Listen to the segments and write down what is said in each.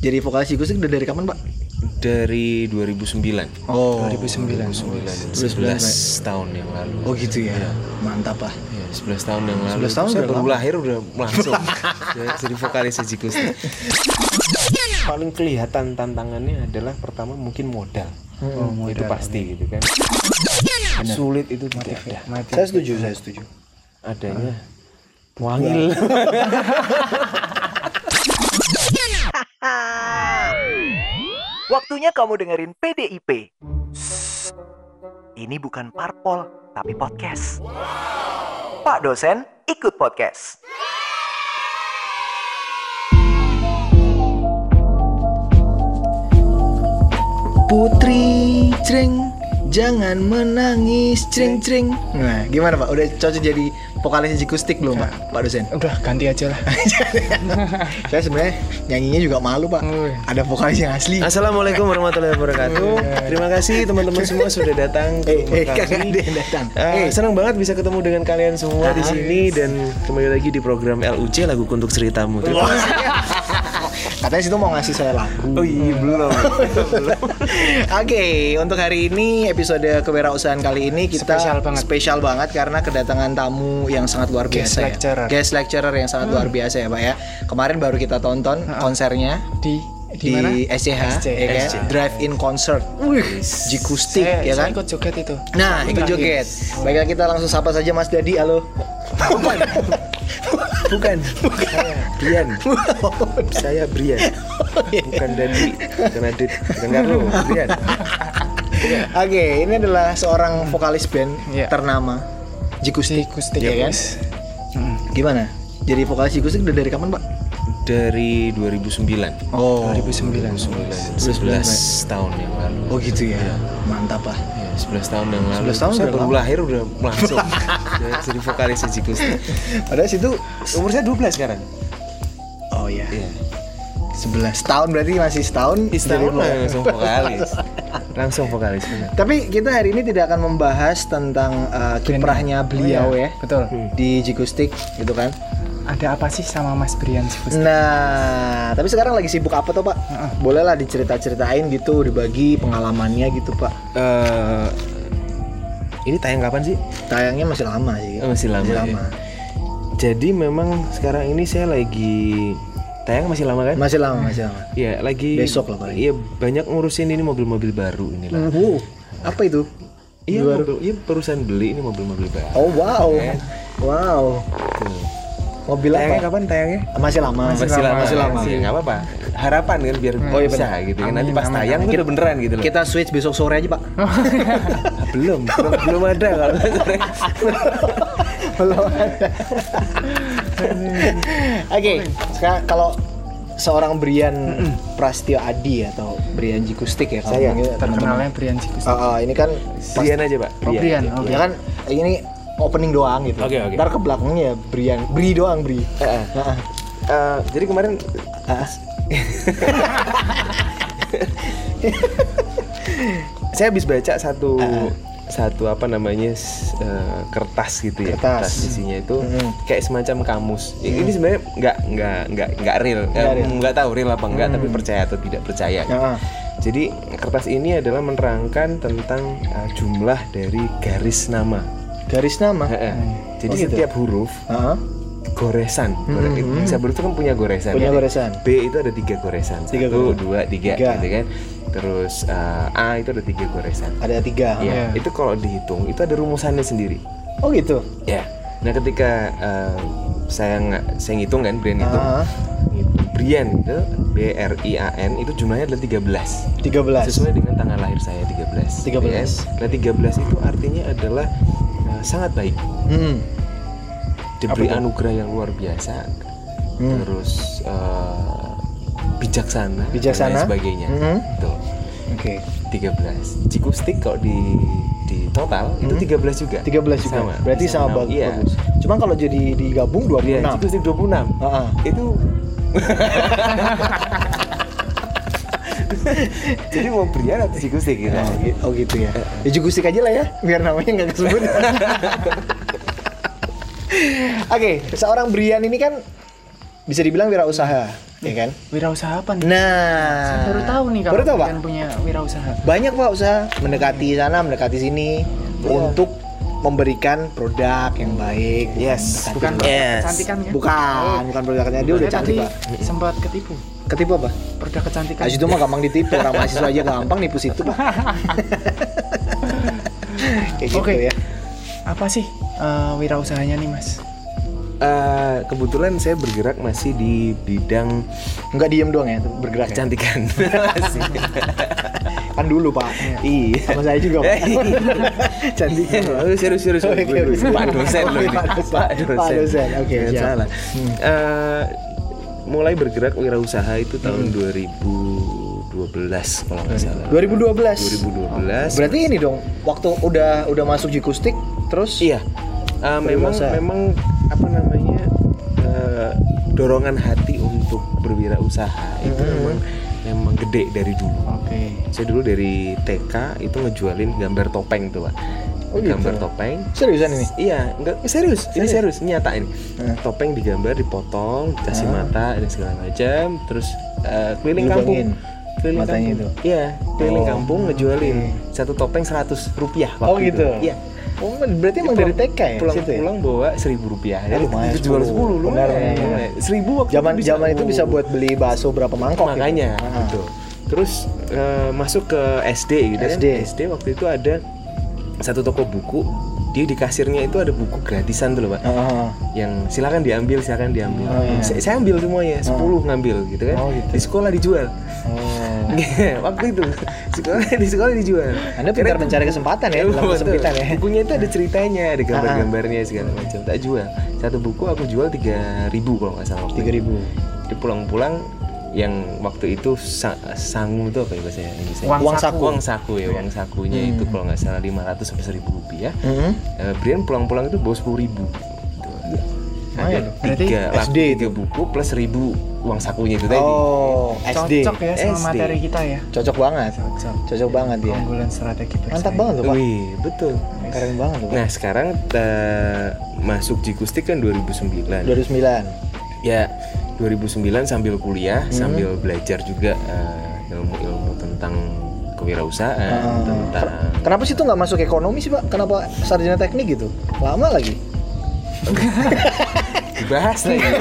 Jadi vokalis Igusik udah dari kapan, Pak? dari 2009 Oh. 2009 2009, 11 tahun yang lalu Oh gitu ya. Mantap lah. Ya, 11 tahun yang lalu 11 tahun saya udah baru lama. lahir udah langsung jadi- jadi vokalis Eji Gusti paling kelihatan tantangannya adalah pertama mungkin Oh, modal itu pasti gitu kan sulit itu tidak Ya, ada ya. Saya setuju, saya setuju. adanya wangil Waktunya kamu dengerin PDIP. Sss. Ini bukan parpol, tapi podcast. Pak dosen, ikut podcast. Putri Cring, jangan menangis Cring Cring. Nah, gimana Pak? Udah cocok jadi vokalisnya Jikustik belum Pak? Pak dosen. udah ganti aja lah Saya sebenarnya nyanyinya juga malu Pak. Oh, iya. Ada vokalis yang asli. Assalamualaikum warahmatullahi wabarakatuh terima kasih teman-teman semua sudah datang ke Eh, Iya. eh, rumah kagak kami. ada yang datang. Eh, Eh. senang banget bisa ketemu dengan kalian semua di Ah. sini dan kembali lagi di program LUC lagu untuk ceritamu. Terima kasih. Katanya situ mau ngasih saya lagu. Oh iya belum. Oke, untuk hari ini episode kewirausahaan kali ini kita Spesial banget. spesial banget karena kedatangan tamu yang sangat luar Guest biasa lecturer. Hmm. ya. Guest lecturer yang sangat luar biasa ya, Pak ya. Kemarin baru kita tonton konsernya di di, di, mana SCH, SC. ya kan? SC. Drive-in concert. Wih, jikustik saya, ya Eh, saya kan? ikut joget itu Nah, itu joget. Baiklah kita langsung sapa saja Mas Dadi. Halo. Bukan. Brian. Saya Brian. Bukan Dandi. Bukan Adit. Bukan Carlo. Brian. Oke, ini adalah seorang vokalis band Iya. ternama Jikustik. Jikustik, ya ya, kan? Mas. Gimana? Jadi vokalis Jikustik udah dari kapan, Pak? Dari 2009. Oh. 2009 11 tahun yang lalu. Oh gitu ya. Mantap lah. Ya, 11 tahun yang lalu. 11 tahun saya udah baru lama. lahir udah langsung jadi- jadi vokalis Eji Gusti. Padahal situ Umur saya 12 sekarang. Oh ya. Iya. 11 tahun berarti masih setahun jadi Setahun mulai. langsung vokalis. Langsung vokalis benar. Tapi kita hari ini tidak akan membahas tentang uh, kiprahnya beliau Oh, ya. iya. Betul. Di Jikustik gitu kan. ada apa sih sama Mas Brian Jikustik Nah, tapi sekarang lagi sibuk apa tuh, Pak? Bolehlah dicerita-ceritain gitu, dibagi pengalamannya gitu, Pak. Eh, ini tayang kapan sih? Tayangnya masih lama sih. Oh, masih lama, ya. Jadi memang sekarang ini saya lagi tayang masih lama kan? Masih lama, masih lama. Iya, lagi Besok lah paling. Iya, banyak ngurusin ini mobil-mobil baru ini lah. Wow, apa itu? Iya, mobil, iya perusahaan beli ini mobil-mobil baru. Oh, wow. Wow. Tuh. Mobil Tayangnya apa? kapan tayangnya? Masih lama. Masih lama. Masih lama. Gak apa-apa. Harapan kan biar Oh, iya, bisa gitu kan. Nanti pas tayang tuh udah beneran gitu loh. Kita switch besok sore aja, Pak. Ah, belum, belum, belum ada kalau sore. Belum ada. Oke, sekarang kalau seorang Brian Prastio Adi atau Brian Jikustik ya kalau Saya. manggil teman-teman. terkenalnya Brian Jikustik Ah, ah, ini kan pas- Brian aja, Pak. Iya. Oh, Brian oh, ya kan ini opening doang gitu. Oke, oke. Ntar ke belakangnya ya, Brian, Bri doang Bri. Heeh. Heeh. Eh, jadi kemarin Heeh. saya habis baca satu Ah, satu apa namanya s- eh, kertas gitu ya Kertas. isinya itu Mm. kayak semacam kamus Ya, ini sebenarnya nggak nggak nggak nggak real Eh, Nggak real. Hmm. Ah, nggak tahu real apa nggak tapi percaya atau tidak percaya gitu. Heeh. jadi kertas ini adalah menerangkan tentang eh, jumlah dari garis nama Garis nama. Heeh. jadi Oh, gitu. setiap huruf Heeh. goresan Gore- bisa huruf itu kan punya goresan Punya Jadi goresan. B itu ada tiga goresan Tiga satu goresan. dua tiga, Tiga. gitu kan terus eh, A itu ada tiga goresan Ada tiga. Ya, Iya. itu kalau dihitung itu ada rumusannya sendiri. Oh gitu. Ya. Nah, ketika eh, saya nggak saya ngitung kan Brian itu. Ah. Brian itu B R I A N itu jumlahnya adalah 13. 13. Sesuai dengan tanggal lahir saya 13. 13. Ya. Nah, 13 itu artinya adalah eh, sangat baik. Hmm. Diberi anugerah yang luar biasa. Terus eh, bijaksana, dan Bijaksana. lain sebagainya. Mhm. Betul. Oke. 13 Jikustik kalau di di total itu 13 juga 13 Hmm. juga. Berarti sama, bagus. iya bagus. Cuman kalau jadi digabung 26. Iya, Jikustik 26 Heeh. itu jadi mau Brian atau Jikustik gitu Oh, gi- oh gitu ya. Ya jugustik aja lah ya, biar namanya nggak kesebut. Oke, seorang Brian ini kan bisa dibilang wirausaha. ya kan? Wirausaha apa nih? Nah, Saya baru tahu nih kalau Baru tahu, Pak? kalian punya wirausaha. banyak pak usaha mendekati sana mendekati sini untuk memberikan produk yang baik Yes. Bukan Yes. produk kecantikan ya? Eh, bukan bukan produknya dia udah Saya cantik tadi pak sempat ketipu. ketipu apa Produk kecantikan. Nah, itu mah gampang ditipu orang mahasiswa aja gampang nipu situ pak kayak gitu Oke. ya Apa sih eh, wirausahanya nih, Mas? Eh, kebetulan saya bergerak masih di bidang nggak diem doang ya bergerak ya? kecantikan. kan dulu pak Iya. sama saya juga pak cantik ya, Oh, serius serius Oke, Waduh, serius. Pak dosen loh ini. Pak dosen. Pak dosen, oke, Jangan siap. Hmm. salah. Eh, mulai bergerak wirausaha itu tahun Hmm. 2012 kalau nggak salah. 2012 2012. berarti ini dong waktu udah udah masuk jikustik terus Iya. Eh, memang Berwirausaha. memang apa namanya eh, dorongan hati untuk berwirausaha itu Hmm. memang memang gede dari dulu. Oke. Saya dulu dari TK itu ngejualin gambar topeng tuh pak. Oh, gitu. Gambar topeng. seriusan ini Iya, enggak serius, ini serius, nyata ini. Hmm. Topeng digambar, dipotong, dikasih mata dan segala macam, terus eh, keliling Dilubangin kampung. Keliling matanya kampung. Iya, keliling kampung ngejualin satu topeng 100 rupiah Oh, waktu gitu? itu. Iya. Oh, berarti emang dari TK ya? Pulang situ ya? pulang bawa seribu rupiah. Ya, lumayan, sepuluh. Dijual sepuluh, Benar, lumayan. benar. lumayan. Seribu waktu Zaman itu Oh. zaman itu bisa buat beli bakso berapa mangkok gitu. Eh, makanya Ah. gitu. Terus eh, masuk ke SD gitu SD. kan. SD waktu itu ada satu toko buku dia di kasirnya itu ada buku gratisan tuh loh pak Ah. yang silakan diambil silakan diambil Oh, iya. saya, saya ambil semuanya 10 ngambil gitu kan Oh, gitu. di sekolah dijual Iya, Oh. waktu itu sekolah di sekolah dijual Anda pintar mencari kesempatan ya, dalam Betul. kesempitan ya. Ah. bukunya itu ada ceritanya ada gambar-gambarnya segala macam tak jual satu buku aku jual 3000 kalau nggak salah waktu itu. 3000. di pulang-pulang yang waktu itu sa- sangu itu apa ya bahasa Indonesia Uang Uang saku. Hmm. saku. uang saku ya uang sakunya itu kalau nggak salah 500 sampai 1000 rupiah Hmm. Eh, Brian pulang-pulang itu bawa sepuluh ribu. Gitu. Lumayan Ada loh. Berarti tiga laku, SD tiga buku plus ribu uang sakunya itu tadi. Oh, SD. Cocok ya sama SD. materi kita ya. Cocok banget. Cocok. Cocok banget ya. Keunggulan strategi Mantap bersaing. banget loh, Pak. Wih, betul. Keren banget loh, Pak. Nah sekarang eh, masuk Jikustik kan 2009. 2009. Ya 2009 sambil kuliah Hmm. sambil belajar juga eh, ilmu-ilmu tentang Ah. kewirausahaan tentang Kenapa sih itu nggak masuk ekonomi sih, Pak? Kenapa sarjana teknik gitu? Lama lagi. dibahas lagi. Iya.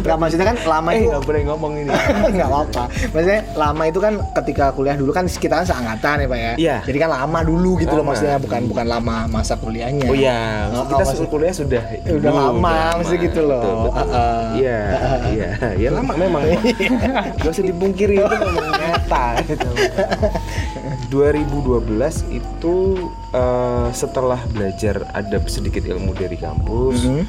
Nggak maksudnya kan lama Eh itu nggak boleh ngomong ini. Eh, nggak apa-apa. Maksudnya lama itu kan ketika kuliah dulu kan kita kan seangkatan ya, Pak ya. Iya. Jadi kan lama dulu gitu loh Lama. maksudnya, bukan bukan lama masa kuliahnya. Oh iya, Oh, kita oh, sudah kuliah sudah Ya, udah dulu, lama, mesti gitu loh. ah. Betul, betul. Heeh. Iya, iya, ya lama memang. Iya. Gak usah dipungkiri itu memang nyata. gitu. 2012 itu eh, setelah belajar ada sedikit ilmu dari kampus, Mm-hmm.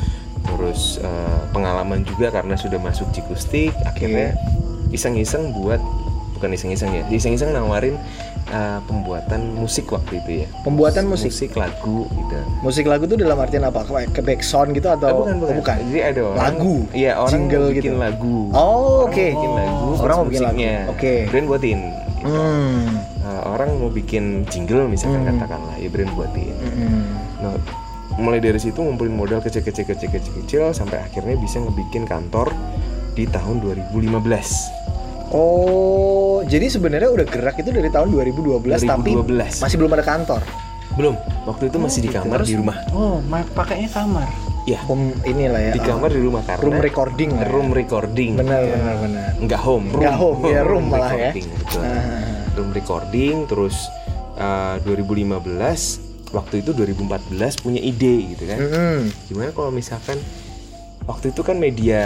terus eh, pengalaman juga karena sudah masuk Cikustik, Iya. akhirnya iseng-iseng buat bukan iseng-iseng ya, iseng-iseng nawarin eh, pembuatan musik waktu itu ya. Pembuatan musik. lagu gitu. Musik lagu tuh dalam artian apa? Kayak ke backsound gitu atau Eh, bukan, bukan. Oh, bukan. Jadi ada orang, lagu. Iya, orang jingle bikin gitu. lagu. Oh, oke. Orang bikin lagu, Orang terus mau bikin lagu. musiknya. Oke. Brand buatin. gitu. Hmm. Eh, orang mau bikin jingle misalkan katakanlah, ya brand buatin. Hmm. Nah, mulai dari situ ngumpulin modal kecil-kecil kecil-kecil kecil sampai akhirnya bisa ngebikin kantor di tahun 2015. Oh, jadi sebenarnya udah gerak itu dari tahun 2012, tapi 2012. masih belum ada kantor. Belum, waktu itu masih di kamar di rumah. Oh, ma- pakainya kamar. Ya, Home inilah ya. di ah, kamar di rumah karena room recording lah ya. eh? room recording. Benar, benar, benar. Nggak home, room. Nggak home, ya, room malah ya. recording, betul. Ah. room recording terus uh, 2015 waktu itu 2014 punya ide gitu kan Mm-mm. gimana kalau misalkan waktu itu kan media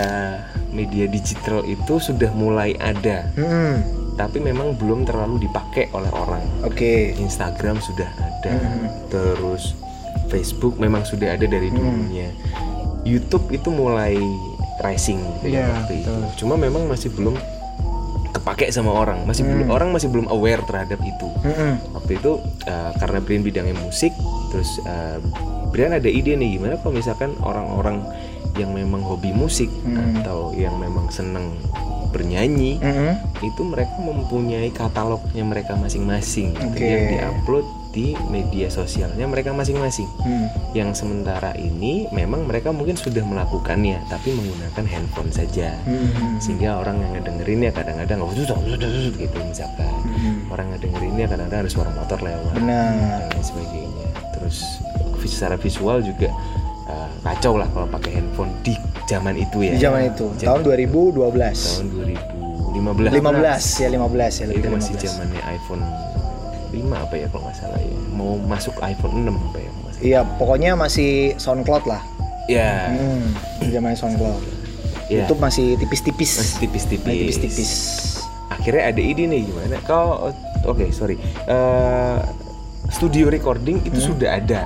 media digital itu sudah mulai ada Mm-mm. tapi memang belum terlalu dipakai oleh orang Oke. Instagram sudah ada Hmm. terus Facebook memang sudah ada dari dulunya YouTube itu mulai rising gitu ya Iya, waktu itu. betul. cuma memang masih belum kepake sama orang masih Hmm. belum orang masih belum aware terhadap itu Mm-mm. waktu itu eh, karena Brian bidangnya musik terus eh, Brian ada ide nih gimana kalau misalkan orang-orang yang memang hobi musik Hmm. atau yang memang seneng bernyanyi Mm-mm. itu mereka mempunyai katalognya mereka masing-masing gitu, Oke. yang diupload mengikuti media sosialnya mereka masing-masing. Hmm. Yang sementara ini memang mereka mungkin sudah melakukannya, tapi menggunakan handphone saja. Hmm. Sehingga orang yang ngedengerinnya kadang-kadang "Oh, zut, zut, zut, zut," gitu misalkan. Hmm. Orang ngedengerinnya kadang-kadang ada suara motor lewat Benar. dan lain sebagainya. Terus vis- secara visual juga eh, kacau lah kalau pakai handphone di zaman itu ya. Di zaman itu, tahun Zaman- 2012. tahun 2015. 15 ya 15 ya lebih Itu dari masih 15. zamannya iPhone 5 apa ya kalau nggak salah ya. Mau masuk iPhone 6 apa ya? Mas? Iya, pokoknya masih SoundCloud lah. Ya. Hmm, zaman SoundCloud. ya. YouTube masih tipis-tipis. Masih tipis-tipis. Masih tipis-tipis. Akhirnya ada ide nih gimana? Kau oke sorry. Eh, studio recording Hmm. itu sudah ada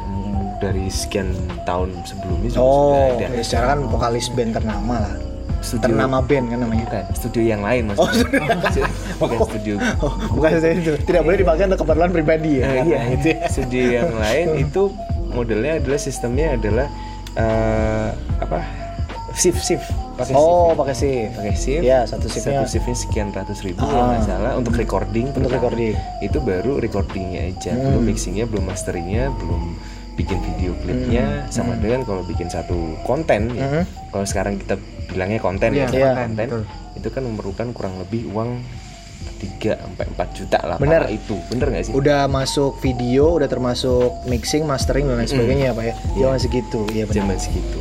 dari sekian tahun sebelumnya juga sudah Oh, ada. ya secara kan vokalis band ternama lah. Studio- Ternama band kan namanya. Bukan, studio yang lain maksudnya. Bukan studio. Oh, bukan saya itu. Tidak boleh dipakai untuk keperluan pribadi ya. Eh, kan? iya, itu studio yang lain itu modelnya adalah sistemnya adalah eh, apa? Shift shift. Pakai Oh, shift. pakai shift. pakai shift. Iya, satu shiftnya. Satu shiftnya sekian ratus ribu Ah. kalau nggak salah untuk recording. Untuk terutama. recording. Itu baru recordingnya aja, belum mixingnya, belum masteringnya, belum bikin video klipnya sama dengan kalau bikin satu konten ya. Hmm. Kalau sekarang kita bilangnya konten ya, Iya, iya, konten betul. itu kan memerlukan kurang lebih uang 3 sampai 4 juta lah Bener. pala itu. Bener nggak sih? Udah masuk video, udah termasuk mixing, mastering dan lain sebagainya ya, Pak ya. Iya. Zaman segitu. Iya benar. Hmm. zaman segitu.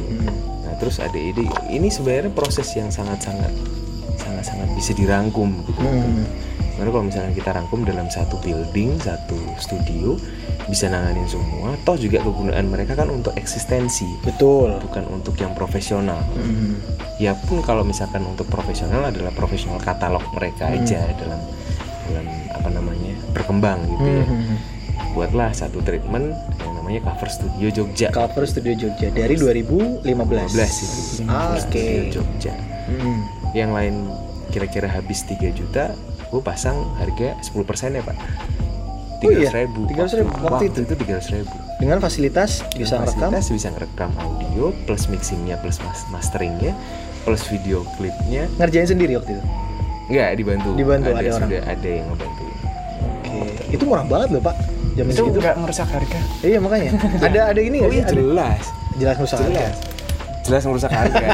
Nah, terus ada ide ini sebenarnya proses yang sangat-sangat sangat-sangat bisa dirangkum gitu. Hmm. Karena kalau misalnya kita rangkum dalam satu building, satu studio bisa nanganin semua, toh juga kegunaan mereka kan untuk eksistensi, Betul. bukan untuk yang profesional. Hmm. Ya pun kalau misalkan untuk profesional adalah profesional katalog mereka Hmm. aja dalam dalam apa namanya? berkembang gitu ya. Hmm. Buatlah satu treatment yang namanya cover studio Jogja. Cover Studio Jogja dari 2015. 15 itu. Ah, Oke. iya. Studio Jogja. Hmm. yang lain kira-kira habis 3 juta gue pasang harga 10 ya pak Oh 300 iya, ribu 300.000 waktu itu. itu 300 ribu Dengan fasilitas bisa merekam. Fasilitas bisa ngerekam audio plus mixingnya plus mas- masteringnya plus video klipnya Ngerjain sendiri waktu itu. nggak dibantu Dibantu, ada orang. sudah ada yang ngebantu Oke. Itu murah banget loh, Pak. Jam Itu segitu. nggak ngerusak harga. Iya, makanya. ada ada ini oh nggak sih? iya jelas Ada- jelas rusak harga. jelas jelas merusak harga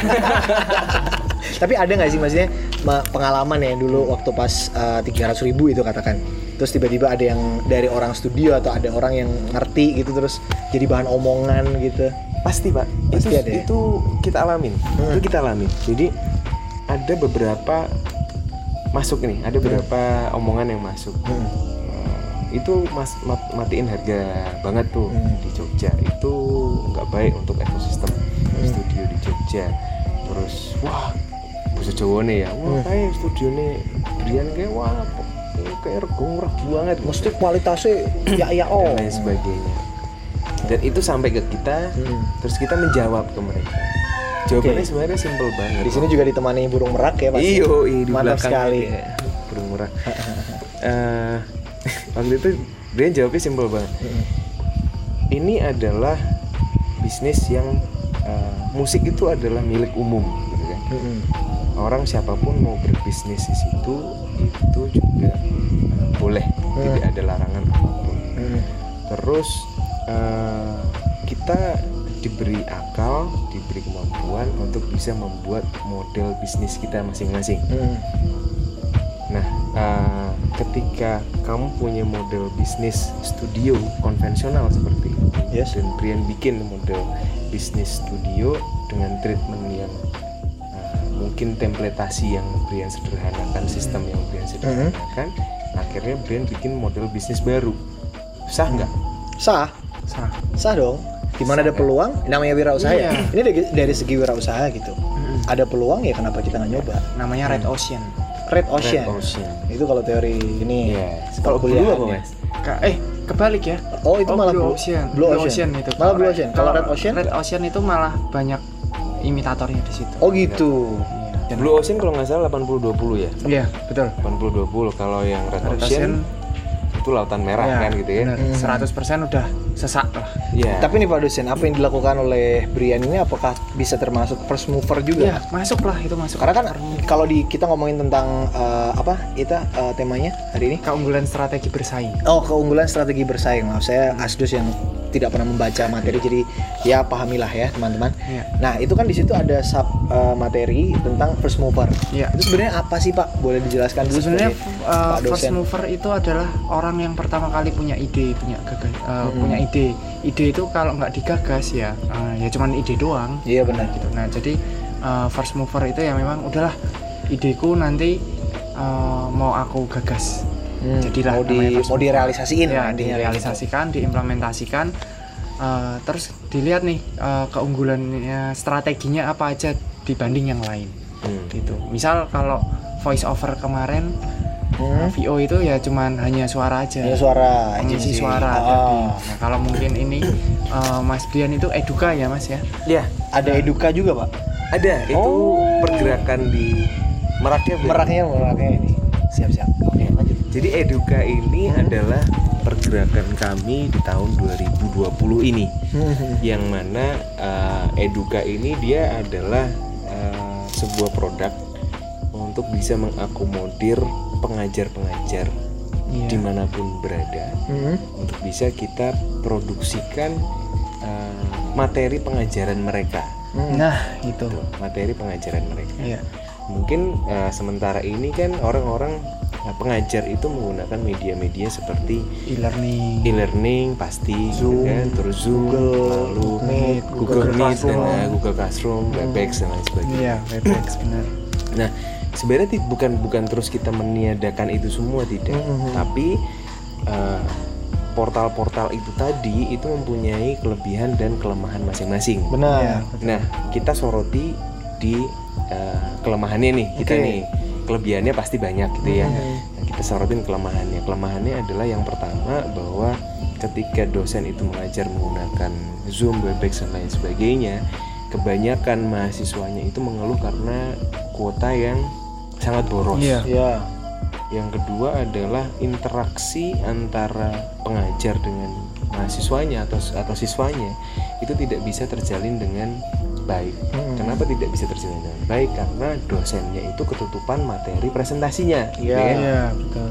Tapi ada nggak sih maksudnya ma- pengalaman ya dulu waktu pas eh, tiga ratus ribu itu katakan. Terus tiba-tiba ada yang dari orang studio atau ada orang yang ngerti gitu terus jadi bahan omongan gitu. pasti pak Pasti itu ada ya? Hmm. itu kita alamin itu kita alamin jadi ada beberapa masuk nih Hmm. ada beberapa omongan yang masuk Eh, itu mas mat- matiin harga banget tuh Hmm. di Jogja itu nggak baik untuk ekosistem Hmm. studio di Jogja terus wah bisa Jawa nih ya Hmm. wah kayak studio nih Brian kayak wah kayak rego murah banget Mesti kualitasnya ya ya dan oh. lain sebagainya dan itu sampai ke kita terus kita menjawab ke mereka jawabannya Hmm. Oke. sebenarnya simple banget Di sini juga ditemani burung merak ya, Pak. iyo iyo, di Mantap belakang sekali. ada burung merah Eh, waktu itu dia jawabnya simple banget Hmm, ini adalah bisnis yang eh, musik itu adalah milik umum gitu kan Mm-mm. orang siapapun mau berbisnis di situ itu juga eh, boleh Hmm. tidak ada larangan apapun Mm-mm. terus eh, kita diberi akal diberi kemampuan untuk bisa membuat model bisnis kita masing-masing Mm-mm. nah eh, ketika kamu punya model bisnis studio konvensional seperti itu Yes. dan Brian bikin model bisnis studio dengan treatment yang eh, mungkin templatasi yang Brian sederhanakan sistem yang Brian sederhanakan akhirnya Brian bikin model bisnis baru sah nggak Sah, Sah. sah ya. dong. Gimana ada peluang? Namanya wirausaha ya. Iya. Ini dari, dari segi wirausaha gitu. Ada peluang ya kenapa kita nggak nyoba? Namanya Red Ocean. Red Ocean. Iya. Red Ocean. Itu kalau teori ini. Yes. Kalau Kalau kuliah blue Iya. apa, Mas? Ka- eh kebalik ya. Oh itu malah Blue Ocean. Blue Ocean. itu. Malah Blue Ocean. Kalau Red Ocean? Red Ocean itu malah banyak imitatornya di situ. Oh gitu. Iya. Blue Ocean kalau nggak salah 80-20 ya Iya, betul. 80-20 kalau yang Red, Red Ocean, Ocean, itu lautan merah Iya, Mm-hmm. kan gitu ya benar. 100% udah sesak lah. Iya. Tapi nih Pak dosen, apa yang dilakukan oleh Brian ini apakah bisa termasuk first mover juga? Iya, masuk lah itu masuk. Karena kan Iya. kalau di kita ngomongin tentang eh, apa kita eh, temanya hari ini? keunggulan strategi bersaing. Oh keunggulan strategi bersaing. Maaf saya asdus yang tidak pernah membaca materi jadi ya pahamilah ya teman-teman. Iya. Nah itu kan di situ ada sub eh, materi tentang first mover. Iya. Itu sebenarnya apa sih Pak? Boleh dijelaskan dulu Sebenarnya sebagai uh, Pak first dosen. mover itu adalah orang yang pertama kali punya ide, punya gagas, uh, Mm-mm. punya ide. Ide itu kalau nggak digagas ya, uh, ya cuman ide doang. Iya benar. Nah, gitu. Nah jadi uh, first mover itu ya memang udahlah ideku nanti uh, mau aku gagas. Hmm, Jadilah mau di namanya first mau mover. direalisasiin ya lah, direalisasikan diimplementasikan eh, terus dilihat nih eh, keunggulannya strateginya apa aja dibanding yang lain Hmm. gitu misal kalau voice over kemarin Hmm. VO itu ya cuman hanya suara aja Ini suara, mengisi jadi- suara Ah, tadi. nah kalau mungkin ini eh, Mas Brian itu eduka ya Mas ya Iya, ada eduka juga pak. ada itu Oh. pergerakan di meraknya Bu. Meraknya meraknya ini. Siap siap. Oke lanjut. Jadi Eduka ini adalah pergerakan kami di tahun 2020 ini yang mana eh, Eduka ini dia adalah eh, sebuah produk untuk bisa mengakomodir pengajar-pengajar Iya. dimanapun berada Hmm. untuk bisa kita produksikan eh, materi pengajaran mereka nah itu Tuh, materi pengajaran mereka Iya. mungkin eh, sementara ini kan orang-orang eh, pengajar itu menggunakan media-media seperti e-learning e-learning pasti Zoom, gitu kan, terus Zoom Google, lalu Google Meet, Google, Google Meet dan Classroom. eh, Google Classroom, Webex dan lain sebagainya. iya Webex benar Nah, sebenarnya ti- bukan bukan terus kita meniadakan itu semua tidak, Hmm, tapi eh, portal-portal itu tadi itu mempunyai kelebihan dan kelemahan masing-masing. Benar. Iya. Nah, kita soroti di eh, kelemahannya nih, kita Oke. nih. Kelebihannya pasti banyak iya. gitu ya. Mhm. Nah, kita sorotin kelemahannya. Kelemahannya adalah yang pertama bahwa ketika dosen itu mengajar menggunakan Zoom, Webex dan lain sebagainya, kebanyakan mahasiswanya itu mengeluh karena kuota yang sangat boros. Iya. Iya. Yang kedua adalah interaksi antara pengajar dengan mahasiswanya atau atau siswanya itu tidak bisa terjalin dengan baik. Mm-mm. Kenapa tidak bisa terjalin dengan baik? Karena dosennya itu ketutupan materi presentasinya. gitu Iya. ya. iya betul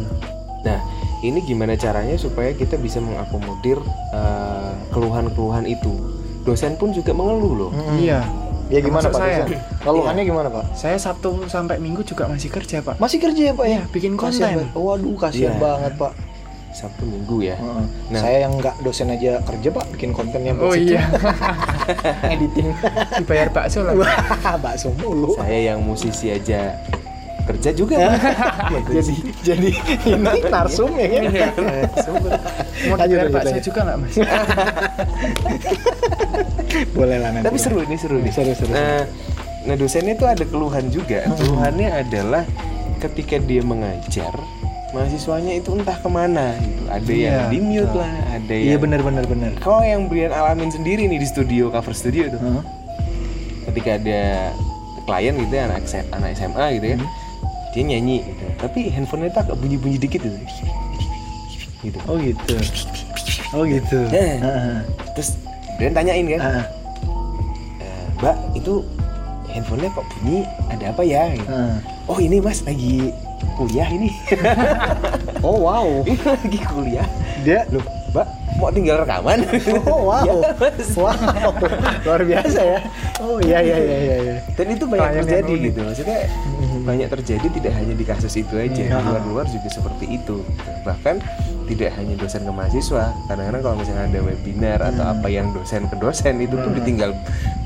Nah, ini gimana caranya supaya kita bisa mengakomodir eh, keluhan-keluhan itu? Dosen pun juga mengeluh loh. Mm-mm. iya Ya gimana pak? Termasuk saya. Dosen? Keluhannya gimana pak? saya Sabtu sampai Minggu juga masih kerja Pak Masih kerja ya pak ya? Iya, bikin Kasihan konten. banget. Waduh kasihan Iya. banget pak. Sabtu Minggu ya. Heeh. Nah. Saya yang nggak dosen aja kerja pak, bikin kontennya Oh iya, editing. dibayar bakso lah. Wah bakso mulu. Saya yang musisi aja kerja juga. jadi jadi ini narsum ya kan? Mau Lanjut, dibayar lanjut, lanjut. bakso Iya, juga nggak mas? Boleh lah nanti. Tapi seru ini seru nih. Seru, seru, Nah, nah, dosennya itu ada keluhan juga. Hmm. Keluhannya adalah ketika dia mengajar mahasiswanya itu entah kemana gitu. Ada yang Iya, di mute lah, ada yang Iya benar benar benar. Kalau yang Brian alamin sendiri nih di studio cover studio itu. Heeh. ketika ada klien gitu ya, anak SMA, anak SMA gitu kan Hmm. dia nyanyi gitu tapi handphonenya tak bunyi-bunyi dikit gitu gitu Oh gitu. Oh gitu. Heeh. Heeh. terus Brian tanyain kan Heeh. "Eh, mbak itu handphonenya kok bunyi ada apa ya gitu. Heeh. oh ini mas lagi kuliah ini Oh wow. ini lagi kuliah Dia loh mbak mau tinggal rekaman Oh wow. Ya, Mas. wow. Luar biasa ya. Oh iya iya iya iya. iya. dan itu banyak Klien yang terjadi unik. gitu maksudnya banyak terjadi tidak hanya di kasus itu aja di Iya. luar-luar juga seperti itu gitu. bahkan tidak hanya dosen ke mahasiswa kadang-kadang kalau misalnya ada webinar atau Hmm. apa yang dosen ke dosen itu pun ditinggal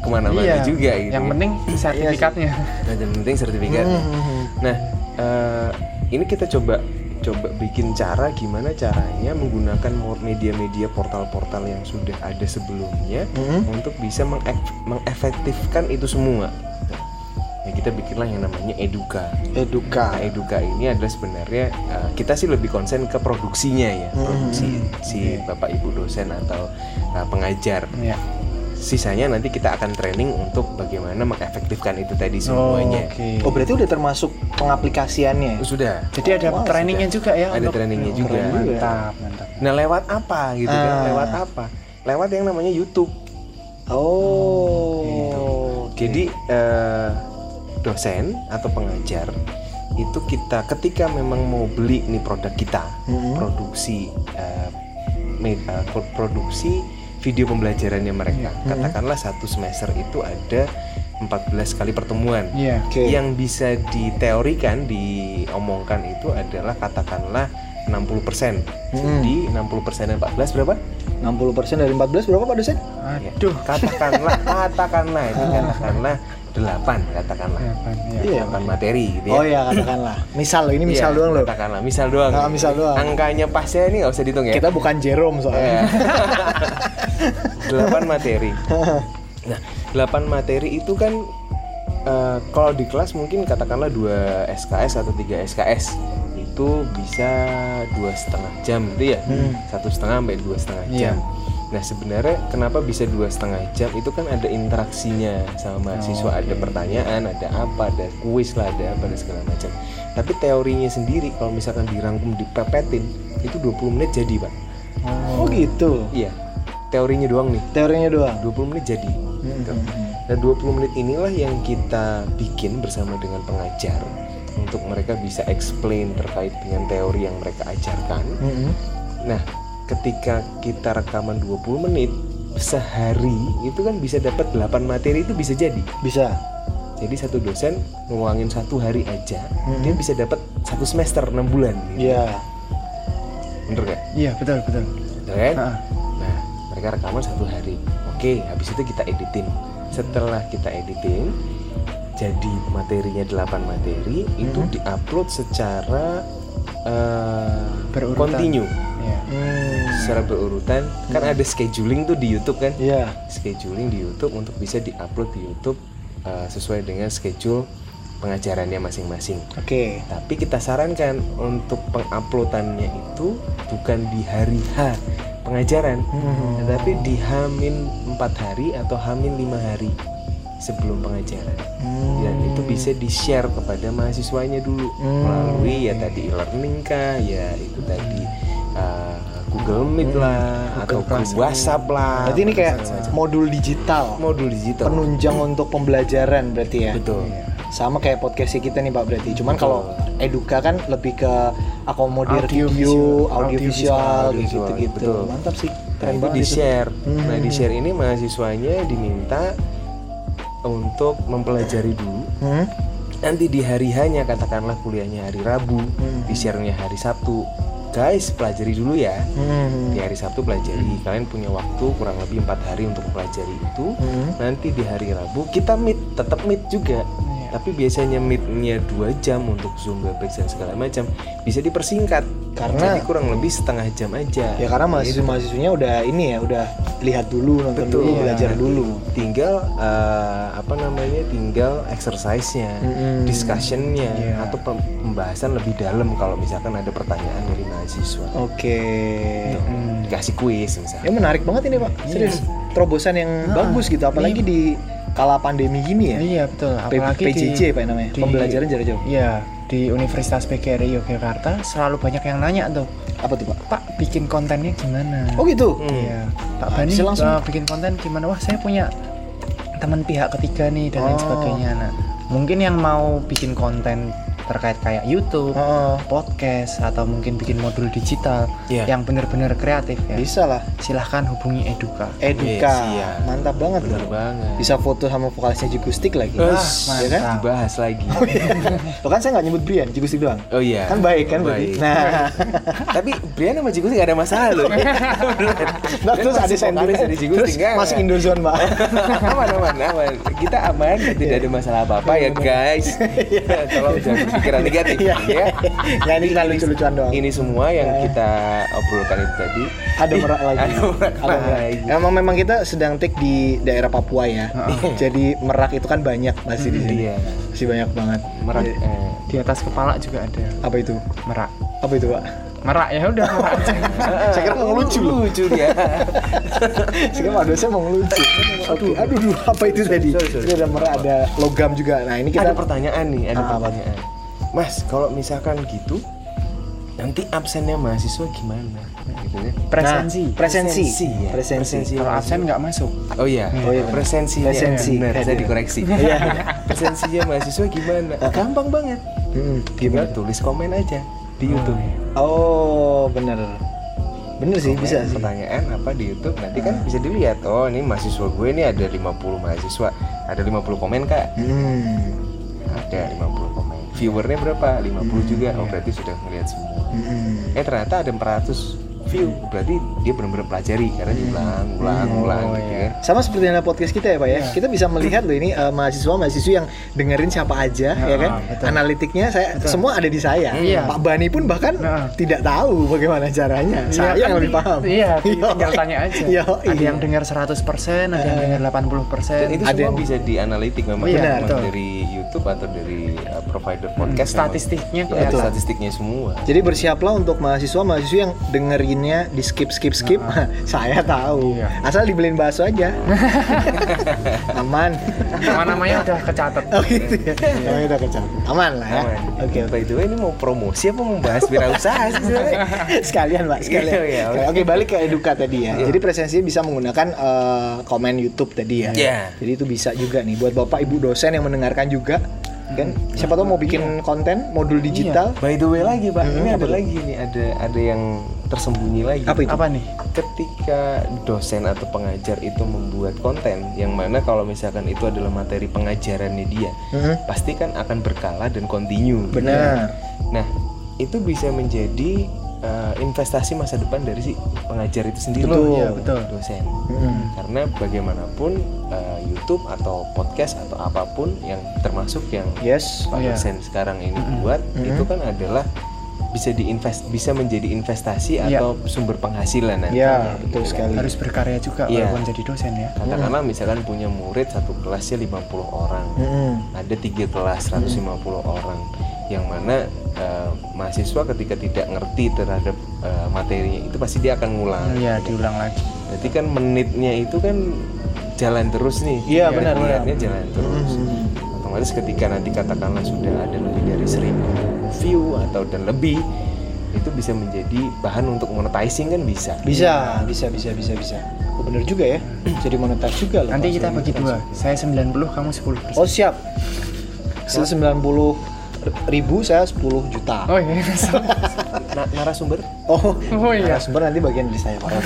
kemana-mana Iya. juga gitu Yang ya. penting sertifikatnya. Nah, yang penting kan? sertifikat Hmm. nah eh, ini kita coba coba bikin cara gimana caranya menggunakan mo- media-media portal-portal yang sudah ada sebelumnya Mhm. untuk bisa mengef- mengefektifkan itu semua gitu. ya kita bikinlah yang namanya eduka Nah, Eduka. Eduka ini adalah sebenarnya uh, kita sih lebih konsen ke produksinya ya, Hmm, produksi si bapak ibu dosen atau uh, pengajar. Iya. Sisanya nanti kita akan training untuk bagaimana mengefektifkan itu tadi semuanya. Oke. Oh berarti udah termasuk pengaplikasiannya. ya? Sudah. Jadi ada Wah, trainingnya juga ya? Iya. Ada trainingnya juga. Mantap, mantap. Nah lewat apa gitu kan? Ah. Lewat apa? lewat yang namanya YouTube. Oh. Jadi eh, dosen atau pengajar itu kita ketika memang mau beli nih produk kita, Mm-mm. produksi eh, me- eh, pro- produksi video pembelajarannya mereka. Katakanlah satu semester itu ada 14 kali pertemuan. Iya. Oke. Yang bisa diteorikan, diomongkan itu adalah katakanlah 60%. Hmm. Jadi 60% dan 14 berapa? 60% dari 14 berapa Pak dosen? Ya. Aduh. Katakanlah, katakanlah Ah. ini katakanlah 8 katakanlah. Hebat, iya. Iya. 8 materi gitu ya. Oh iya katakanlah. Misal loh, ini misal Iya, doang loh. Katakanlah misal doang. Ah, misal doang. Angkanya pasnya ini nggak usah dihitung ya. Kita bukan Jerome soalnya. Ya. Delapan materi. Nah, delapan materi itu kan eh, kalau di kelas mungkin katakanlah dua SKS atau tiga SKS itu bisa dua setengah jam gitu ya, satu setengah sampai dua setengah jam. Nah sebenarnya kenapa bisa dua setengah jam itu kan ada interaksinya sama mahasiswa, ada pertanyaan, ada apa, ada kuis lah, ada apa, ada segala macam. Tapi teorinya sendiri kalau misalkan dirangkum dipepetin itu 20 menit jadi pak. Oh gitu. Iya, teorinya doang nih. Teorinya doang. 20 menit jadi. Gitu. Nah, 20 menit inilah yang kita bikin bersama dengan pengajar untuk mereka bisa explain terkait dengan teori yang mereka ajarkan. Nah, ketika kita rekaman 20 menit sehari itu kan bisa dapat 8 materi itu bisa jadi. Bisa. Jadi satu dosen ngeluangin satu hari aja, dia bisa dapat satu semester 6 bulan. gitu. Mm-hmm. Iya. Bener gak? Iya, betul, betul. Betul kan? Heeh. Nah, mereka rekaman satu hari. Oke, habis itu kita editin. Setelah kita editin, jadi materinya 8 materi itu diupload secara eh, Berurutan. continue, Iya. Hmm. secara berurutan. Kan ada scheduling tuh di YouTube kan? Iya. Scheduling di YouTube untuk bisa diupload di YouTube eh, sesuai dengan schedule pengajarannya masing-masing. Oke. Tapi kita sarankan untuk penguploadannya itu bukan di hari H pengajaran, Hmm. tetapi di Hamin 4 hari atau Hamin 5 hari sebelum pengajaran. Mm. Dan Ya, itu Hmm. bisa di-share kepada mahasiswanya dulu melalui ya tadi e-learning kah, ya itu tadi uh, Google Meet lah atau grup WhatsApp Hmm. lah. Berarti ini kayak modul digital, modul digital. penunjang untuk pembelajaran berarti ya. Betul. Iya. Sama kayak podcastnya kita nih Pak berarti. Cuman kalau eduka kan lebih ke akomodir video, Audio visual. audio Audiovisual, visual, kayak audiovisual, gitu-gitu. betul. Mantap sih. Nah, Keren itu banget di itu. share. Hmm. Nah, di share ini mahasiswanya diminta untuk mempelajari dulu. Hmm? Nanti di hari hanya katakanlah kuliahnya hari Rabu, di share-nya hari Sabtu. Guys, pelajari dulu ya. Hmm. Di hari Sabtu pelajari. Kalian punya waktu kurang lebih empat hari untuk mempelajari itu. Hmm. Nanti di hari Rabu kita meet, tetap meet juga. Tapi biasanya meetnya dua jam untuk Zoom, Webex dan segala macam bisa dipersingkat. Karena- Jadi kurang lebih setengah jam aja. Ya karena mahasiswa-mahasiswinya udah ini ya, udah lihat dulu, nonton Betul. Iya. dulu, belajar Nanti dulu. Tinggal eh, apa namanya? Tinggal exercise-nya, Hmm. discussion-nya Iya. atau pem- pembahasan lebih dalam kalau misalkan ada pertanyaan dari mahasiswa. Oke. Gitu. Hmm. Dikasih Ya kuis misalnya. menarik banget ini Pak, serius. Terobosan yang bagus gitu, apalagi di kala pandemi gini ya. Iya, betul. P- Apalagi di- PJJ apa namanya? di- Pembelajaran jarak jauh. Iya, di Universitas PGRI Yogyakarta selalu banyak yang nanya tuh, Apa tuh Pak? Pak bikin kontennya gimana? Oh gitu. Hmm. Iya, Pak Ah, Bani bisa langsung. uh, bikin konten gimana? Wah, saya punya teman pihak ketiga nih dan Oh. lain sebagainya. Nah, mungkin yang mau bikin konten terkait kayak YouTube, Heeh. podcast atau mungkin bikin modul digital Iya. yang benar-benar kreatif ya. Bisa lah. Silahkan hubungi Eduka. Eduka. Yes, iya. Mantap banget Bener loh. banget. Bisa foto sama vokalisnya Jigustik lagi. Eh, ya kan? dibahas lagi. Lo kan saya nggak nyebut Brian, Jigustik doang. Oh iya. Kan baik kan berarti. Baik. Nah, Tapi Brian sama Jigus gak ada masalah loh. nah terus Kan ada sendiri, ada Jigus terus masuk Indozone Pak. aman aman aman kita aman tidak ada masalah apa apa ya guys tolong jangan pikiran negatif Iya, iya, ya iya. Nggak, ini cuma lucu-lucuan doang. ini semua yang kita obrolkan itu tadi Ada merak lagi. ada merak Ada merak. lagi Emang memang kita sedang take di daerah Papua ya. Jadi merak itu kan banyak masih di sini. iya Masih banyak banget. merak Jadi, eh, Di atas kepala juga ada Apa itu? merak. Apa itu Pak? Merak ya udah merak aja. Saya kira mau lucu loh. lucu ya Sekarang Pak Dosen mau Eh, ngelucu. Oke, aduh, aduh, apa itu tadi? sorry, sorry. Ini ada merah, ada logam juga. Nah ini kita ada pertanyaan nih ada Ah, apa? pertanyaan mas kalau misalkan gitu nanti absennya mahasiswa gimana gitu kan Presensi. Nah, presensi. Presensi, ya. Presensi. Presensi. Kalau absen nggak masuk. oh iya Oh iya, benar. presensinya Presensi. Benar, saya Iya. dikoreksi Iya. presensinya mahasiswa gimana gampang banget Hmm, tinggal gimana? tulis komen aja di YouTube Oh, bener. iya. Bener sih, Komen, bisa sih. Iya. pertanyaan apa di YouTube nanti kan bisa dilihat oh ini mahasiswa gue ini ada 50 mahasiswa ada 50 komen kak Hmm. ada 50 komen viewernya berapa 50 Iya, juga oh berarti sudah melihat semua Hmm. eh ternyata ada 400 view berarti dia benar-benar pelajari karena Iya. diulang ulang ulang oh, gitu kan Sama seperti yang ada podcast kita ya Pak ya, Iya. kita bisa melihat loh ini eh, mahasiswa-mahasiswi yang dengerin siapa aja ya, kan, analitiknya saya semua ada di saya. Iya. Pak Bani pun bahkan Nah. tidak tahu bagaimana caranya, Iya, saya kan yang lebih ting- paham. Iya, tinggal Yoi. tanya aja. Yoi. Ada yang dengar 100%, ada yang dengar Dan 80%. itu Ada semua yang- bisa dianalitik memang, Iya, memang betul. Hmm. dari YouTube atau dari uh, provider podcast memang. statistiknya Ya, ada kelihatan. statistiknya semua. Jadi bersiaplah untuk mahasiswa-mahasiswi yang dengerinnya di skip skip skip, saya tahu. Iya. Asal dibeliin bakso aja, aman. Nama-namanya udah kecatet. Oh gitu ya. Iya. Oh, udah kecap. Aman lah ya. Oke oke. Nah, By the way, ini mau promosi apa membahas wirausaha sih? sebenarnya? sekalian pak sekalian Iya, iya, Sekalian. oke balik ke eduka tadi ya jadi presensinya bisa menggunakan eh, komen YouTube tadi ya Iya. jadi itu bisa juga nih buat bapak ibu dosen yang mendengarkan juga kan siapa tahu mau bikin konten modul digital By the way lagi pak, ini Hmm, apa ada tuh? lagi nih ada ada yang tersembunyi lagi. Apa itu? Apa nih? Ketika dosen atau pengajar itu membuat konten, yang mana kalau misalkan itu adalah materi pengajarannya dia, Mhm. pasti kan akan berkala dan kontinu. benar Nah, itu bisa menjadi uh, investasi masa depan dari si pengajar itu sendiri. Betul, loh, iya, betul. Dosen. Mm-mm. Karena bagaimanapun uh, YouTube atau podcast atau apapun yang termasuk yang yes Pak iya. dosen sekarang ini buat itu kan adalah bisa diinvest bisa menjadi investasi Iya. atau sumber ya penghasilan nantinya, betul gitu kan. sekali Harus berkarya juga Iya. walaupun jadi dosen ya. Katakanlah misalkan punya murid satu kelasnya 50 orang Mm-mm. ada tiga kelas 150 orang yang mana eh, mahasiswa ketika tidak ngerti terhadap eh, materinya itu pasti dia akan ngulang Iya, diulang lagi. berarti kan menitnya itu kan jalan terus nih Iya, benar, Mm-hmm. menitnya jalan terus Mm-mm. otomatis ketika nanti katakanlah sudah ada lebih dari 1000 view atau dan lebih itu bisa menjadi bahan untuk monetizing kan bisa bisa bisa bisa bisa bisa oh, bener juga ya jadi monetar juga loh Nanti Pak. kita bagi dua. Saya 90, kamu gitu. 10%. oh siap Sel 90 ribu saya 10 juta Oh iya. Na- narasumber Oh, Oh iya. Narasumber nanti bagian dari saya Pak.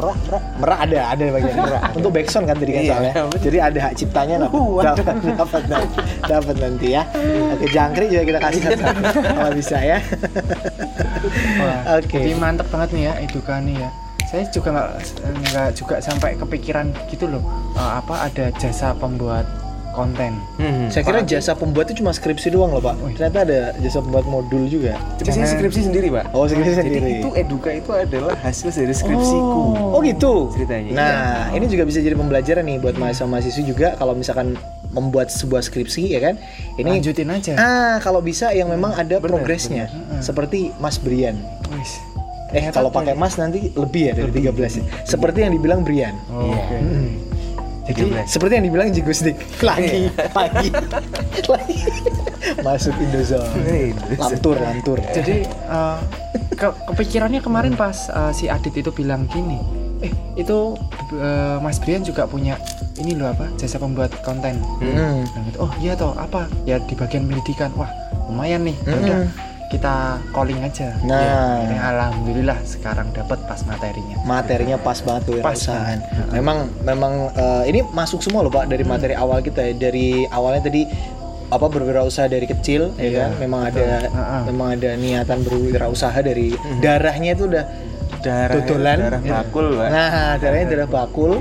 merah, merah, merah ada, ada di bagian merah. Untuk backsound kan tadi kan Iya, soalnya. betul. Jadi ada hak ciptanya dapat, dapat, dapat, dapat, dapat nanti ya. Oke, jangkrik juga kita kasih Iya. satu kalau bisa ya. Wah, Oke. Jadi mantep banget nih ya eduka nih ya. Saya juga nggak nggak juga sampai kepikiran gitu loh. eh, apa ada jasa pembuat konten? Mm-hmm. Saya kira jasa pembuat itu cuma skripsi doang loh Pak. Ternyata ada jasa pembuat modul juga. tapi saya Jangan- skripsi sendiri pak Oh, skripsi jadi sendiri. itu eduka itu adalah hasil dari skripsiku Oh gitu. Ceritanya, iya. Nah, ini juga bisa jadi pembelajaran nih buat mahasiswa-mahasiswi juga kalau misalkan membuat sebuah skripsi ya kan. Ini Lanjutin aja. Ah, kalau bisa yang memang ada Bener, progresnya. Seperti Mas Brian. Wis. Eh, Iya, kalau pakai Mas nanti lebih ya dari 13 ya. Seperti yang dibilang Brian. Oke. jadi Seperti yang dibilang Jigusdik. Iya. Lagi, lagi, lagi. Masuk Indozone. Lantur, lantur. Iya. Jadi eh, ke- kepikirannya kemarin pas eh, si Adit itu bilang gini, eh itu eh, Mas Brian juga punya ini loh apa jasa pembuat konten. Hmm. Bilang gitu, oh iya toh apa ya di bagian pendidikan wah lumayan nih ya Mm-mm. udah kita calling aja Nah. Ya, akhirnya alhamdulillah sekarang dapat pas materinya materinya pas banget tuh Pas wirausahaan. Memang memang eh, ini masuk semua loh Pak dari Hmm. materi awal kita ya. Dari awalnya tadi apa berwirausaha dari kecil ya kan. Memang ada Iya, Heeh. Hmm. memang ada niatan berwirausaha dari darahnya itu udah darah Dodolan. Ya. darah bakul pak Nah, darahnya darah bakul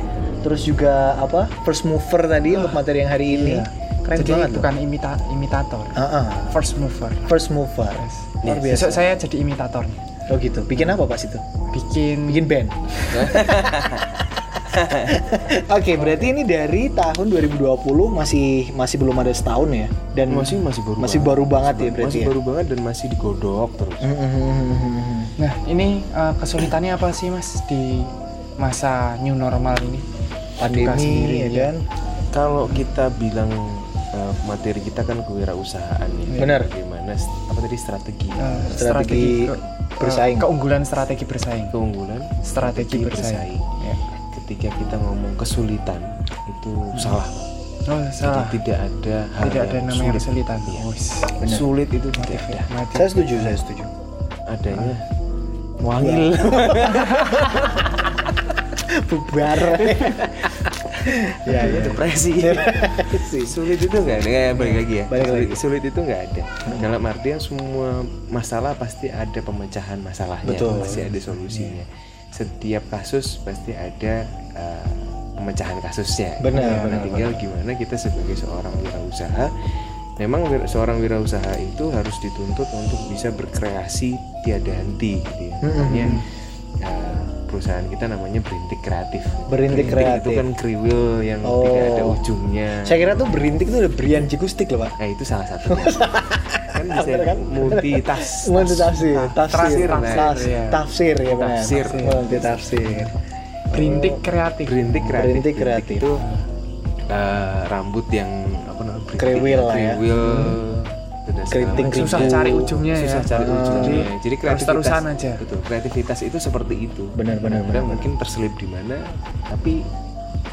terus juga apa? First mover tadi untuk materi yang hari ini. Keren jadi banget tuh. bukan imita- imitator Heeh. first mover First mover. Luar Yes. biasa. besok saya jadi imitatornya Oh gitu. Bikin apa Pak situ? bikin, Bikin band. Oke, berarti ini dari tahun 2020 masih masih belum ada setahun ya dan masih masih baru masih baru banget ya berarti masih ya. Hmm, baru banget dan masih digodok terus Mhm. nah ini eh, kesulitannya apa sih mas di masa new normal ini Eduka sendiri, Pandemi ya ya. kan. kalau kita bilang eh, materi kita kan kewirausahaan ya Benar. Ah. bagaimana gimana st- apa tadi strategi Eh, Strategi ke- bersaing. eh, keunggulan strategi bersaing keunggulan strategi strategi bersaing, bersaing. ya. Ketika kita ngomong kesulitan itu Hmm. salah. Pak. oh salah Ah. Jadi tidak ada hal tidak ada yang namanya sulit. kesulitan Iya. Wis, Sulit itu tidak motif ada. ya, motif. Saya setuju, saya setuju. Adanya Ah. wangil. Bubar. ya, ya. depresi sulit itu nggak ada ya, balik lagi ya Balik sulit, lagi. Hmm. sulit itu nggak ada dalam artian semua masalah pasti ada pemecahan masalahnya Betul. Iya. pasti ada solusinya setiap kasus pasti ada eh, pemecahan kasusnya Benar, Nah, benar, tinggal gimana kita sebagai seorang wirausaha memang wir- seorang wirausaha itu harus dituntut untuk bisa berkreasi tiada henti gitu ya. Mm-mm. Makanya, hmm. eh, perusahaan kita namanya berintik kreatif Berintik itu kreatif. kan kriwil yang Oh. tidak ada ujungnya Saya kira tuh berintik tuh udah Brian Jigustik loh, Pak. nah itu salah satunya kan bisa Bener kan? iya. multitas Multitafsir, tafsir, tafsir, tafsir, ya. tafsir ya benar. Tafsir. Multitafsir. Berintik kreatif berintik kreatif Berintik kreatif. itu eh, rambut yang apa namanya berintik, Kriwil lah ya. kriwil, dan segala Keriting, macam. susah Keribu. cari ujungnya ya susah cari Ah. ujungnya jadi kreativitas terus-terusan aja. betul kreativitas itu seperti itu Benar, benar, Kadang benar. mungkin terselip di mana tapi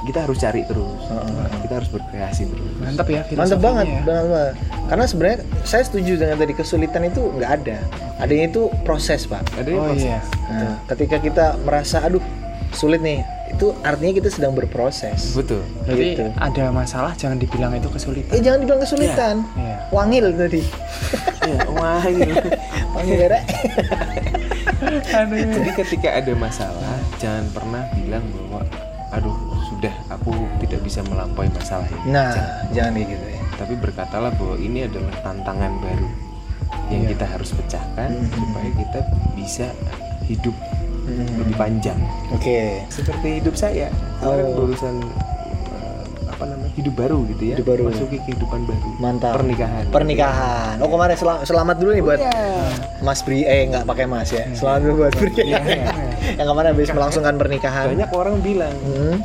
kita harus cari terus Heeh. kita harus berkreasi terus mantap ya Mantep filosofinya banget, ya. banget, banget. Karena sebenarnya saya setuju dengan tadi kesulitan itu nggak ada. Adanya itu proses, Pak. ada yang oh proses. iya Nah, ketika kita merasa aduh sulit nih, itu artinya kita sedang berproses. betul berarti Gitu. ada masalah jangan dibilang itu kesulitan Eh jangan dibilang kesulitan. Iya. Wangil tadi. ya, wah gitu. Wangil ya, Rek. Aduh. Jadi ketika ada masalah, jangan pernah bilang bahwa aduh sudah aku tidak bisa melampaui masalah ini. Nah, Jangan. jangan kayak gitu ya. Tapi berkatalah bahwa ini adalah tantangan baru yang Iya. kita harus pecahkan Hmm. supaya kita bisa hidup lebih panjang. Hmm, Oke. Seperti hidup saya, kemarin berurusan eh, apa namanya hidup baru gitu ya, Oh. Hidup baru. masuki kehidupan baru, Mantap. pernikahan. Pernikahan. Oh kemarin sel- selamat dulu nih buat Mas Bri. Eh nggak pakai Mas ya. Selamat dulu buat Bri. Iya, Yang kemarin habis melangsungkan pernikahan. Banyak orang bilang Hmm.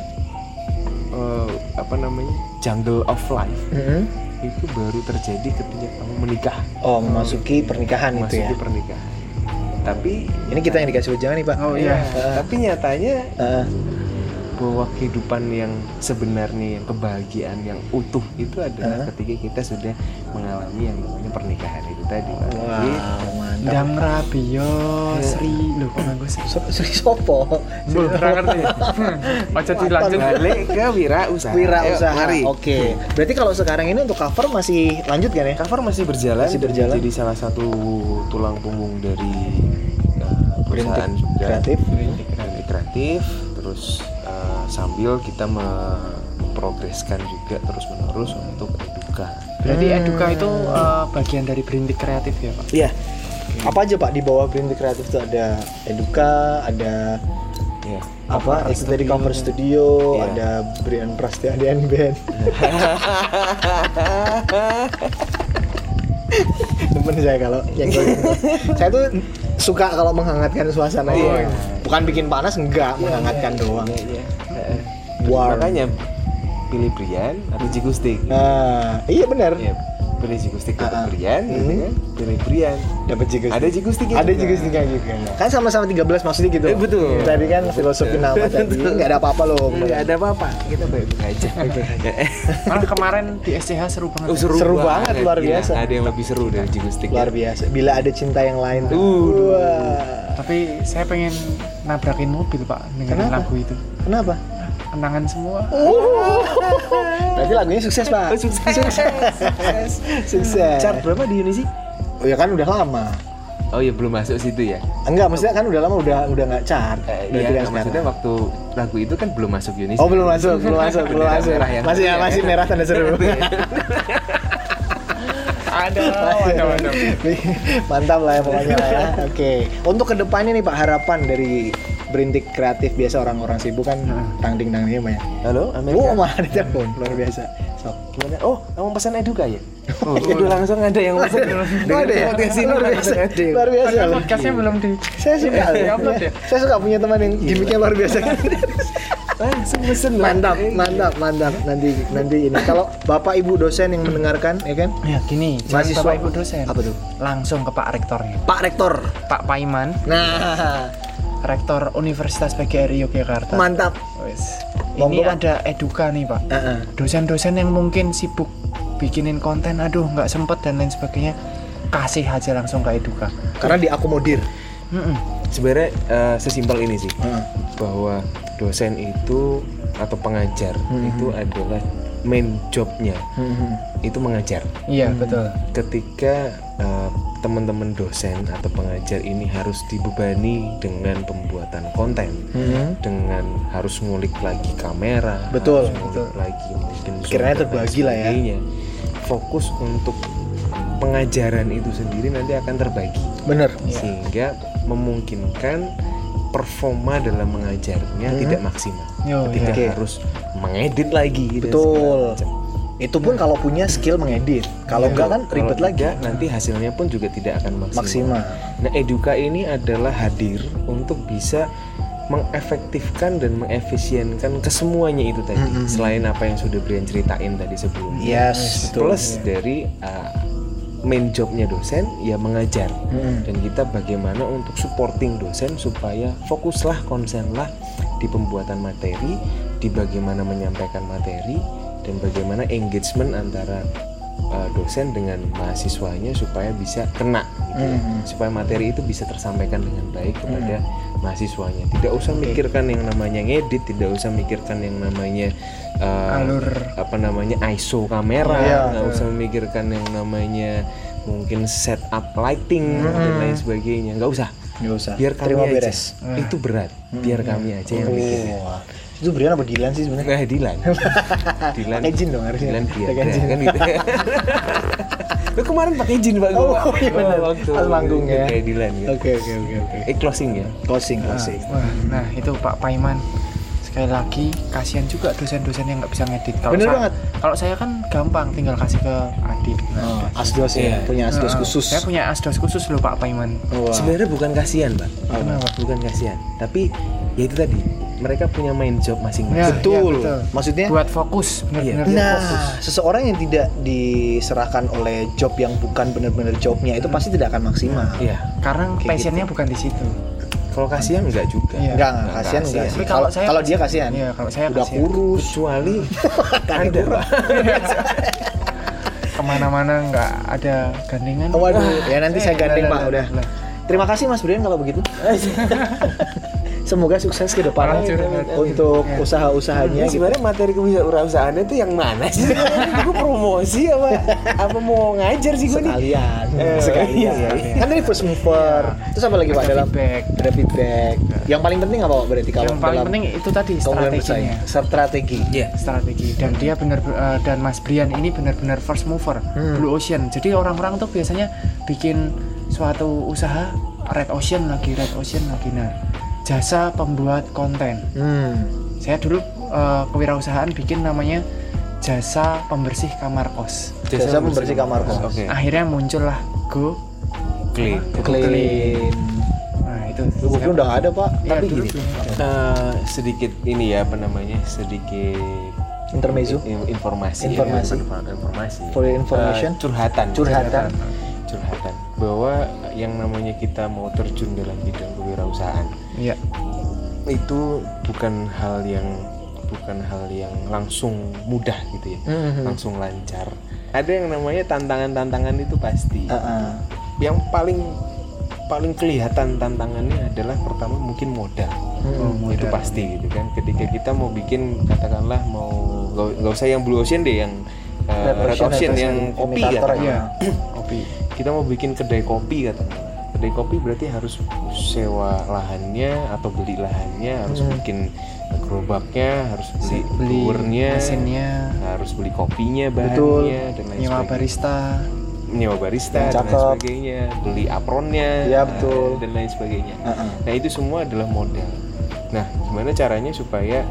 eh, apa namanya jungle of life hmm. itu baru terjadi ketika kamu menikah Oh memasuki pernikahan itu memasuki ya. pernikahan Gitu tapi Ini kita yang dikasih wejangan nih Pak. oh ya, iya Eh. tapi nyatanya Heeh. bahwa kehidupan yang sebenarnya yang kebahagiaan yang utuh itu Eh. adalah ketika kita sudah mengalami yang namanya pernikahan itu tadi Pak. Jadi, wow mantap. Dam Rabio Sri Loh kok nganggo Sri So- Sri Sopo. Loh, kurang ngerti Aja dilanjut balik ke Eh, wira usaha Wira Ayo, usaha. mari. Oke. Berarti kalau sekarang ini untuk cover masih lanjut kan ya? cover masih berjalan Masih dan berjalan. jadi salah satu tulang punggung dari uh, perusahaan Berintik juga. kreatif. Berintik kreatif. kreatif. terus uh, sambil kita me- memprogreskan juga terus menerus untuk eduka Berarti Eduka itu eh, bagian dari berintik kreatif ya Pak? Hmm. Iya. Apa aja Pak di bawah Berintik Kreatif itu ada Eduka, ada ya apa itu tadi cover studio Iya. ada Brian Prastya Dian Band temen saya kalau yang kayak gitu. saya tuh suka kalau menghangatkan suasana Iya. ya. bukan bikin panas enggak menghangatkan doang Warm. makanya pilih Brian atau Jigustik nah iya benar ya pilih Jigustik Ah, ah. atau Brian gitu Hmm. kan pilih Brian dapat jigus ada Jigustik ada juga sih juga kan sama-sama 13 maksudnya gitu Eh, betul. tadi kan filosofi nama tadi nggak ada apa-apa loh nggak ada apa-apa kita baik-baik aja Malah kemarin di SCH seru banget Oh, ya. seru, Seru banget, luar Gila, biasa. Ada yang lebih seru dari Jigustik. luar biasa bila ada cinta yang lain tuh Uh, Wah. Tapi saya pengen nabrakin mobil Pak Dengan Kenapa? Oh, lagu itu kenapa Kenangan semua Uhuh. Berarti lagunya sukses, Pak. Oh, sukses. Sukses. sukses. Chart berapa di Indonesia? Oh, ya kan udah lama. Oh iya, ya belum masuk situ ya. Enggak, maksudnya kan udah lama udah udah nggak chart. Eh, Berarti iya, kan maksudnya waktu lagu itu kan belum masuk Indonesia. Oh, belum masuk, belum masuk, belum Bendera masuk. merah yang Masih tadi ya. masih merah tanda seru. Ada, ada, iya, ada Mantap lah ya pokoknya lah ya. Oke. Untuk kedepannya nih Pak harapan dari berintik kreatif biasa orang-orang sibuk kan Hmm. tangding tangdingnya banyak. Halo, Amerika. Wow, malah ada telepon luar biasa. Sok. Gimana? Oh, kamu pesan Eduka ya? Oh, Aduh, langsung ada yang pesan. Oh, ada ya? Luar biasa. ya? Luar biasa. Padahal loh. podcastnya belum di Saya suka. loh. Di-upload ya? Saya suka punya teman yang gimmicknya luar biasa. langsung pesen loh. mantap Eh, mantap mantap nanti nanti ini kalau bapak ibu dosen yang mendengarkan ya kan Ya gini, Mahasiswa- mahasiswa Bapak Ibu dosen. apa tuh Langsung ke Pak Rektornya. Pak Rektor Pak Paiman, nah Rektor Universitas PGRI Yogyakarta. mantap Wes. Monggo, Ini Pak. ada eduka nih, Pak. Heeh. Dosen-dosen yang mungkin sibuk bikinin konten, aduh nggak sempet dan lain sebagainya. Kasih aja langsung ke eduka. karena diakomodir Hmm. Mm-mm. Sebenarnya eh, sesimpel ini sih Heeh. bahwa dosen itu atau pengajar Hmm, itu adalah main jobnya itu mengajar. Iya, Hmm. betul. ketika eh, teman-teman dosen atau pengajar ini harus dibebani dengan pembuatan konten dengan harus ngulik lagi kamera Betul, harus ngulik lagi mungkin Kiranya zoom dan lain terbagi lah ya. sebagainya. fokus untuk pengajaran itu sendiri nanti akan terbagi bener sehingga memungkinkan performa dalam mengajarnya tidak maksimal Yo, ketika Hmm. iya. Oke. harus mengedit lagi dan Betul. segala macam. itu pun kalau punya skill mengedit kalau enggak kan Kalau ribet lagi enggak, nanti hasilnya pun juga tidak akan maksimal. maksimal Nah, Eduka ini adalah hadir untuk bisa mengefektifkan dan mengefisienkan kesemuanya itu tadi. Mm-mm. Selain apa yang sudah Brian ceritain tadi sebelumnya. yes betul Plus dari uh, main jobnya dosen ya mengajar. Mm-mm. Dan kita bagaimana untuk supporting dosen supaya fokuslah, konsenlah di pembuatan materi, di bagaimana menyampaikan materi, dan bagaimana engagement antara uh, dosen dengan mahasiswanya supaya bisa kena, gitu ya. Mm. supaya materi itu bisa tersampaikan dengan baik kepada Hmm. mahasiswanya. Tidak usah mikirkan yang namanya ngedit, tidak usah mikirkan yang namanya uh, Alur. apa namanya ISO kamera, Anu. Iya. nggak usah memikirkan yang namanya mungkin setup lighting dan lain sebagainya, nggak usah. nggak usah Biar kami Hmm. terima aja. beres Hmm. Itu berat. Biar kami aja yang mikirin. Wah. itu Brian apa Dilan sih sebenarnya Nah, Dilan. Dilan. Pakai jin dong harusnya. Dilan biar Pakai dah, jin. kan gitu. Lu kemarin pakai jin, Pak. Oh, Gua- iya benar. waktu Pas manggung ya. Kayak Dilan gitu. oke oke oke oke Eh closing ya. closing closing Wah, nah itu Pak Paiman. Sekali lagi, kasihan juga dosen-dosen yang nggak bisa ngedit. Kalau Bener saya- banget. Kalau saya kan gampang, tinggal kasih ke adik. Oh, asdos ya, Iya. punya asdos Nah, khusus. Saya punya asdos khusus loh Pak Paiman. Wah. Sebenarnya bukan kasihan, Pak. Kenapa? Bukan kasihan, tapi ya itu tadi. Mereka punya main job masing-masing. iya, Ya, betul. betul. Maksudnya Buat fokus, benar-benar Nah, fokus. seseorang yang tidak diserahkan oleh job yang bukan benar-benar jobnya itu pasti tidak akan maksimal. Iya. Karena Kayak gitu. passionnya bukan di situ. Kalau kasihan enggak juga. Iya. Enggak, enggak kasihan enggak. Tapi sih. kalau Kalau saya kalau dia kasihan. Iya, kalau saya udah kan kasihan. kurus. Kecuali ada, Pak. Kemana-mana nggak ada gandengan. Nah, Waduh, ya nanti saya gandeng Lah, Pak lah, udah. lah. Terima kasih Mas Brian kalau begitu. Semoga sukses ke depan Hancur, untuk Iya. usaha-usahanya Ini gitu. sebenarnya materi kewirausahaannya itu yang mana sih? gue promosi apa? Apa mau ngajar sih gue nih? Sekalian, Eh, sekalian. iya, iya. Kan tadi first mover. Iya. Terus apa lagi Pak Ada dalam feedback. ada feedback. Yang paling penting apa Pak berarti kalau Iya. Yang paling dalam penting itu tadi keunggulan ya. strateginya. bersaing? Strategi. Iya. strategi dan dia benar eh, dan Mas Brian ini benar-benar first mover blue ocean jadi orang-orang tuh biasanya bikin suatu usaha red ocean lagi red ocean lagi nah jasa pembuat konten Hmm. saya dulu eh, kewirausahaan bikin namanya jasa pembersih kamar kos Jasa pembersih kamar kos. Oke. akhirnya muncullah go Clean. clean. nah itu Lu gua pun udah nggak ada pak, Iya, tapi dulu gini. belum ada. Eh, sedikit ini ya apa namanya? Sedikit Intermezzo. I- informasi Informasi. ya, bukan informasi For your information. Eh, curhatan Curhatan. curhatan bahwa yang namanya kita mau terjun dalam bidang kewirausahaan iya itu bukan hal yang bukan hal yang langsung mudah gitu ya Mhm. langsung lancar ada yang namanya tantangan-tantangan itu pasti Heeh. yang paling paling kelihatan tantangannya adalah pertama mungkin modal Hmm, itu Iya. pasti gitu kan ketika kita mau bikin katakanlah mau nggak nggak usah yang blue ocean deh yang uh, Red red Ocean, ocean Red Ocean, yang kopi imitator katakanlah. iya ya. kopi kita mau bikin kedai kopi katakanlah kedai kopi berarti harus sewa lahannya atau beli lahannya harus Hmm. bikin gerobaknya harus beli, beli brewernya, mesinnya harus beli kopinya bahannya Betul. dan lain nyewa sebagainya barista nyewa Yang barista dan lain cakep. sebagainya beli apronnya Iya, nah, betul. dan lain sebagainya Heeh. Nah itu semua adalah modal. Nah gimana caranya supaya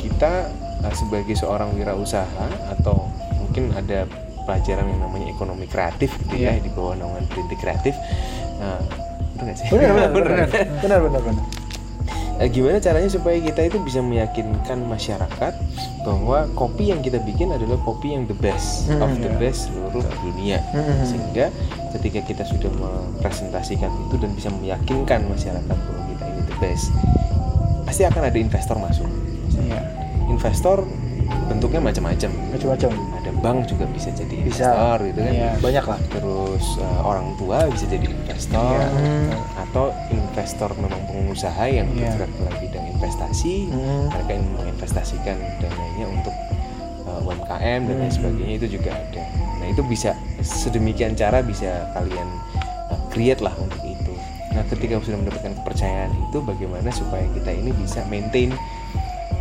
kita eh, sebagai seorang wirausaha atau mungkin ada pelajaran yang namanya ekonomi kreatif gitu ya di bawah naungan Perinti Kreatif. Nah, bener nggak sih? Bener bener bener bener bener bener. Eh, gimana caranya supaya kita itu bisa meyakinkan masyarakat bahwa kopi yang kita bikin adalah kopi yang the best of the best seluruh dunia Hmm, sehingga ketika kita sudah mempresentasikan itu dan bisa meyakinkan masyarakat bahwa kita ini the best pasti akan ada investor masuk Iya. investor bentuknya macam-macam macam-macam ada bank juga bisa jadi Bisa. investor gitu kan Iya. banyak lah terus eh, orang tua bisa jadi investor atau investor memang pengusaha yang Iya. bergerak dalam bidang investasi Hmm. mereka yang menginvestasikan dananya untuk eh, UMKM dan lain sebagainya itu juga ada nah itu bisa sedemikian cara bisa kalian eh, create lah untuk itu nah ketika sudah mendapatkan kepercayaan itu bagaimana supaya kita ini bisa maintain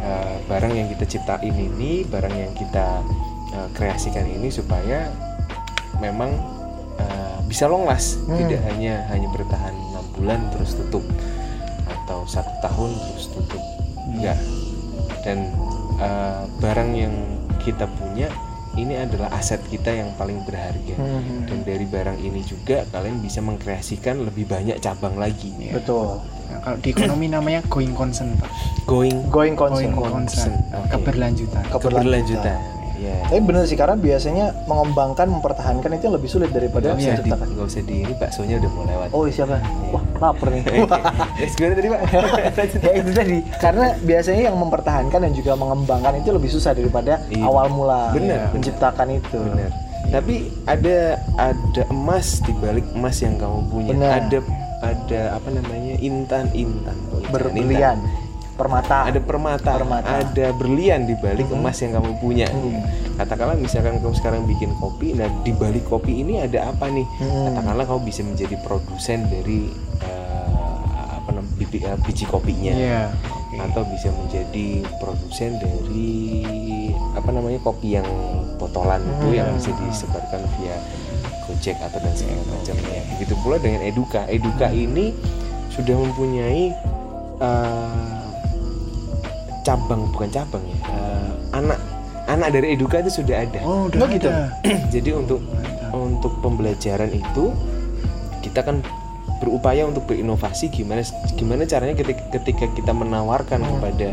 eh, barang yang kita ciptain ini barang yang kita eh, kreasikan ini supaya memang eh, bisa long last tidak hanya hanya bertahan enam bulan terus tutup atau satu tahun terus tutup enggak dan eh, barang yang kita punya ini adalah aset kita yang paling berharga Hmm. dan dari barang ini juga kalian bisa mengkreasikan lebih banyak cabang lagi betul Nah, kalau di ekonomi namanya going concern pak going going concern going concern, Oke. Oh, keberlanjutan keberlanjutan ya tapi bener sih karena biasanya mengembangkan mempertahankan itu yang lebih sulit daripada nggak usah di menciptakan nggak usah di ini baksonya udah mau lewat Iya, oh siapa wah lapar nih Guys, gimana tadi pak ya itu tadi karena biasanya yang mempertahankan dan juga mengembangkan itu lebih susah daripada Iya. awal mula ya, Bener, bener. menciptakan itu Benar. Tapi ada ada emas di balik emas yang kamu punya. Benar. Ada ada apa namanya? intan-intan. berlian permata Ada permata, Permata. ada berlian di balik emas yang kamu punya. Hmm. Katakanlah misalkan kamu sekarang bikin kopi, nah di balik kopi ini ada apa Mm-hmm. nih? Katakanlah kamu bisa menjadi produsen dari eh, apa namanya biji, eh, biji kopinya Iya. atau bisa menjadi produsen dari apa namanya kopi yang botolan itu yang bisa disebarkan via Gojek atau dan segala macamnya. Begitu pula dengan Eduka. Eduka ini sudah mempunyai eh, cabang bukan cabang ya. eh, anak anak dari Eduka itu sudah ada. oh udah Oh, gitu. ada. Jadi untuk untuk pembelajaran itu kita kan berupaya untuk berinovasi gimana gimana caranya ketika, ketika kita menawarkan kepada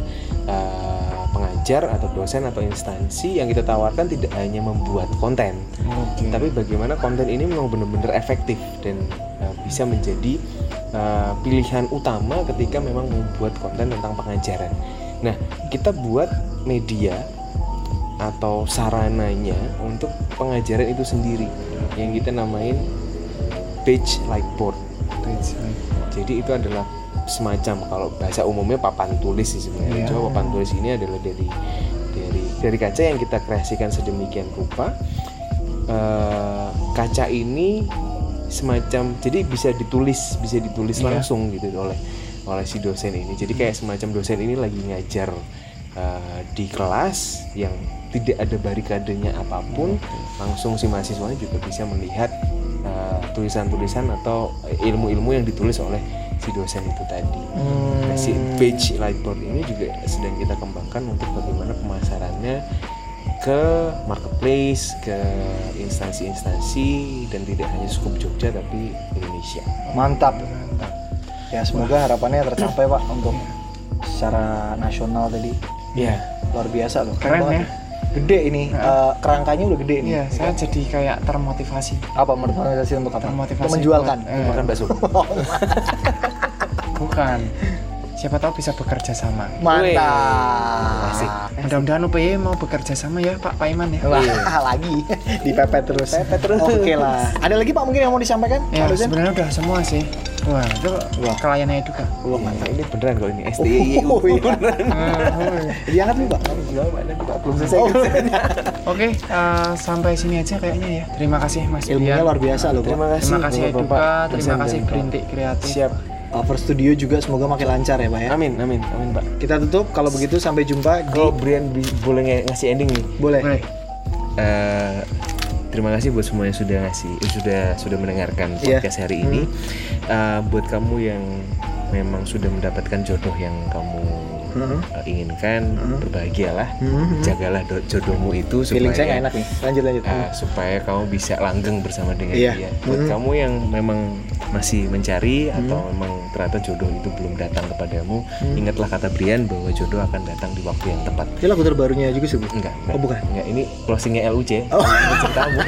eh, pengajar atau dosen atau instansi yang kita tawarkan tidak hanya membuat konten Oke. tapi bagaimana konten ini memang benar-benar efektif dan eh, bisa menjadi eh, pilihan utama ketika memang membuat konten tentang pengajaran. Nah, kita buat media atau sarananya untuk pengajaran itu sendiri yang kita namain page lightboard. Page like. Jadi itu adalah semacam kalau bahasa umumnya papan tulis sih sebenarnya. Iya. Cuma papan tulis ini adalah dari dari dari kaca yang kita kreasikan sedemikian rupa. Eh, kaca ini semacam jadi bisa ditulis bisa ditulis Iya. Hmm. langsung gitu oleh oleh si dosen ini. Jadi kayak semacam dosen ini lagi ngajar eh, di kelas yang tidak ada barikadenya apapun, langsung si mahasiswa juga bisa melihat eh, tulisan-tulisan atau ilmu-ilmu yang ditulis oleh si dosen itu tadi. Hmm. Nah, si page lightboard ini juga sedang kita kembangkan untuk bagaimana pemasarannya ke marketplace, ke instansi-instansi dan tidak hanya skup Jogja tapi Indonesia. mantap ya semoga harapannya tercapai pak untuk secara nasional tadi Ya, luar biasa loh Keren banget. ya. gede ini eh, kerangkanya udah gede nih Iya, saya jadi kayak termotivasi. apa motivasi untuk apa Termotivasi Untuk menjualkan buat, eh, makan bakso. Bukan. Siapa tahu bisa bekerja sama. mantap Asik. Mudah-mudahan UPY mau bekerja sama ya Pak Paiman ya. Wah, Iya. lagi dipepet terus. terus. Oke lah. Ada lagi Pak mungkin yang mau disampaikan? Pak Ya, dosen? sebenarnya udah semua sih. Wah, itu Wah. kliennya itu kan. Wah, mantap ini beneran kalau ini Oh, STI. oh, iya. Ah, oh. Diangkat dulu Pak. Belum selesai. Oke, eh, sampai sini aja kayaknya ya. Terima kasih Mas Ilmunya Dian. luar biasa loh Pak. Terima kasih. Terima kasih Bapak-bapak, Eduka, terima dosen kasih dan Pak. Gerintik Kreatif. Siap. Cover Studio juga semoga makin lancar ya Pak ya. Amin, amin, amin, Pak. Kita tutup kalau begitu sampai jumpa di Kalau Brian bi- boleh nge- ngasih ending nih. boleh. Boleh. Eh, terima kasih buat semuanya sudah ngasih eh, sudah sudah mendengarkan Iya. podcast hari ini Eh, buat kamu yang memang sudah mendapatkan jodoh yang kamu Hmm. eh, inginkan, berbahagialah, Hmm. jagalah do- jodohmu itu Feeling saya nggak supaya enak nih. Lanjut lanjut. eh, supaya kamu bisa langgeng bersama dengan Iya. dia. Buat Hmm. kamu yang memang masih mencari atau memang ternyata jodoh itu belum datang kepadamu, ingatlah kata Brian bahwa jodoh akan datang di waktu yang tepat. Hmm. Ini lagu terbarunya juga sih, Bu. Enggak, enggak. Oh, bukan. Enggak, ini closingnya LUJ. Oh. Ini ceritamu.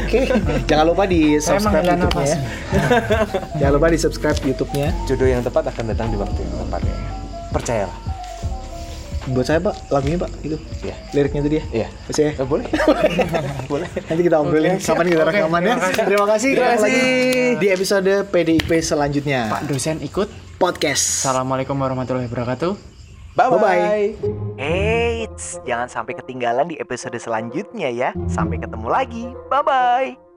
Oke, jangan lupa di Saya subscribe menghela YouTube-nya ya. nafas. jangan lupa di subscribe YouTube-nya. Jodoh yang tepat akan datang di waktu yang tepat ya. Percayalah. Buat saya Pak, lagunya Pak itu. Iya. Liriknya tadi ya. Iya. Bisa ya. Eh, boleh. boleh. Nanti kita obrolin kapan kita Oke, rekamannya. terima kasih. Terima kasih. Terima Ketemu lagi kasih. Di episode PDIP selanjutnya. Pak dosen ikut. Podcast. Assalamualaikum warahmatullahi wabarakatuh. Bye-bye. Bye-bye. Eits, jangan sampai ketinggalan di episode selanjutnya ya. Sampai ketemu lagi. Bye-bye.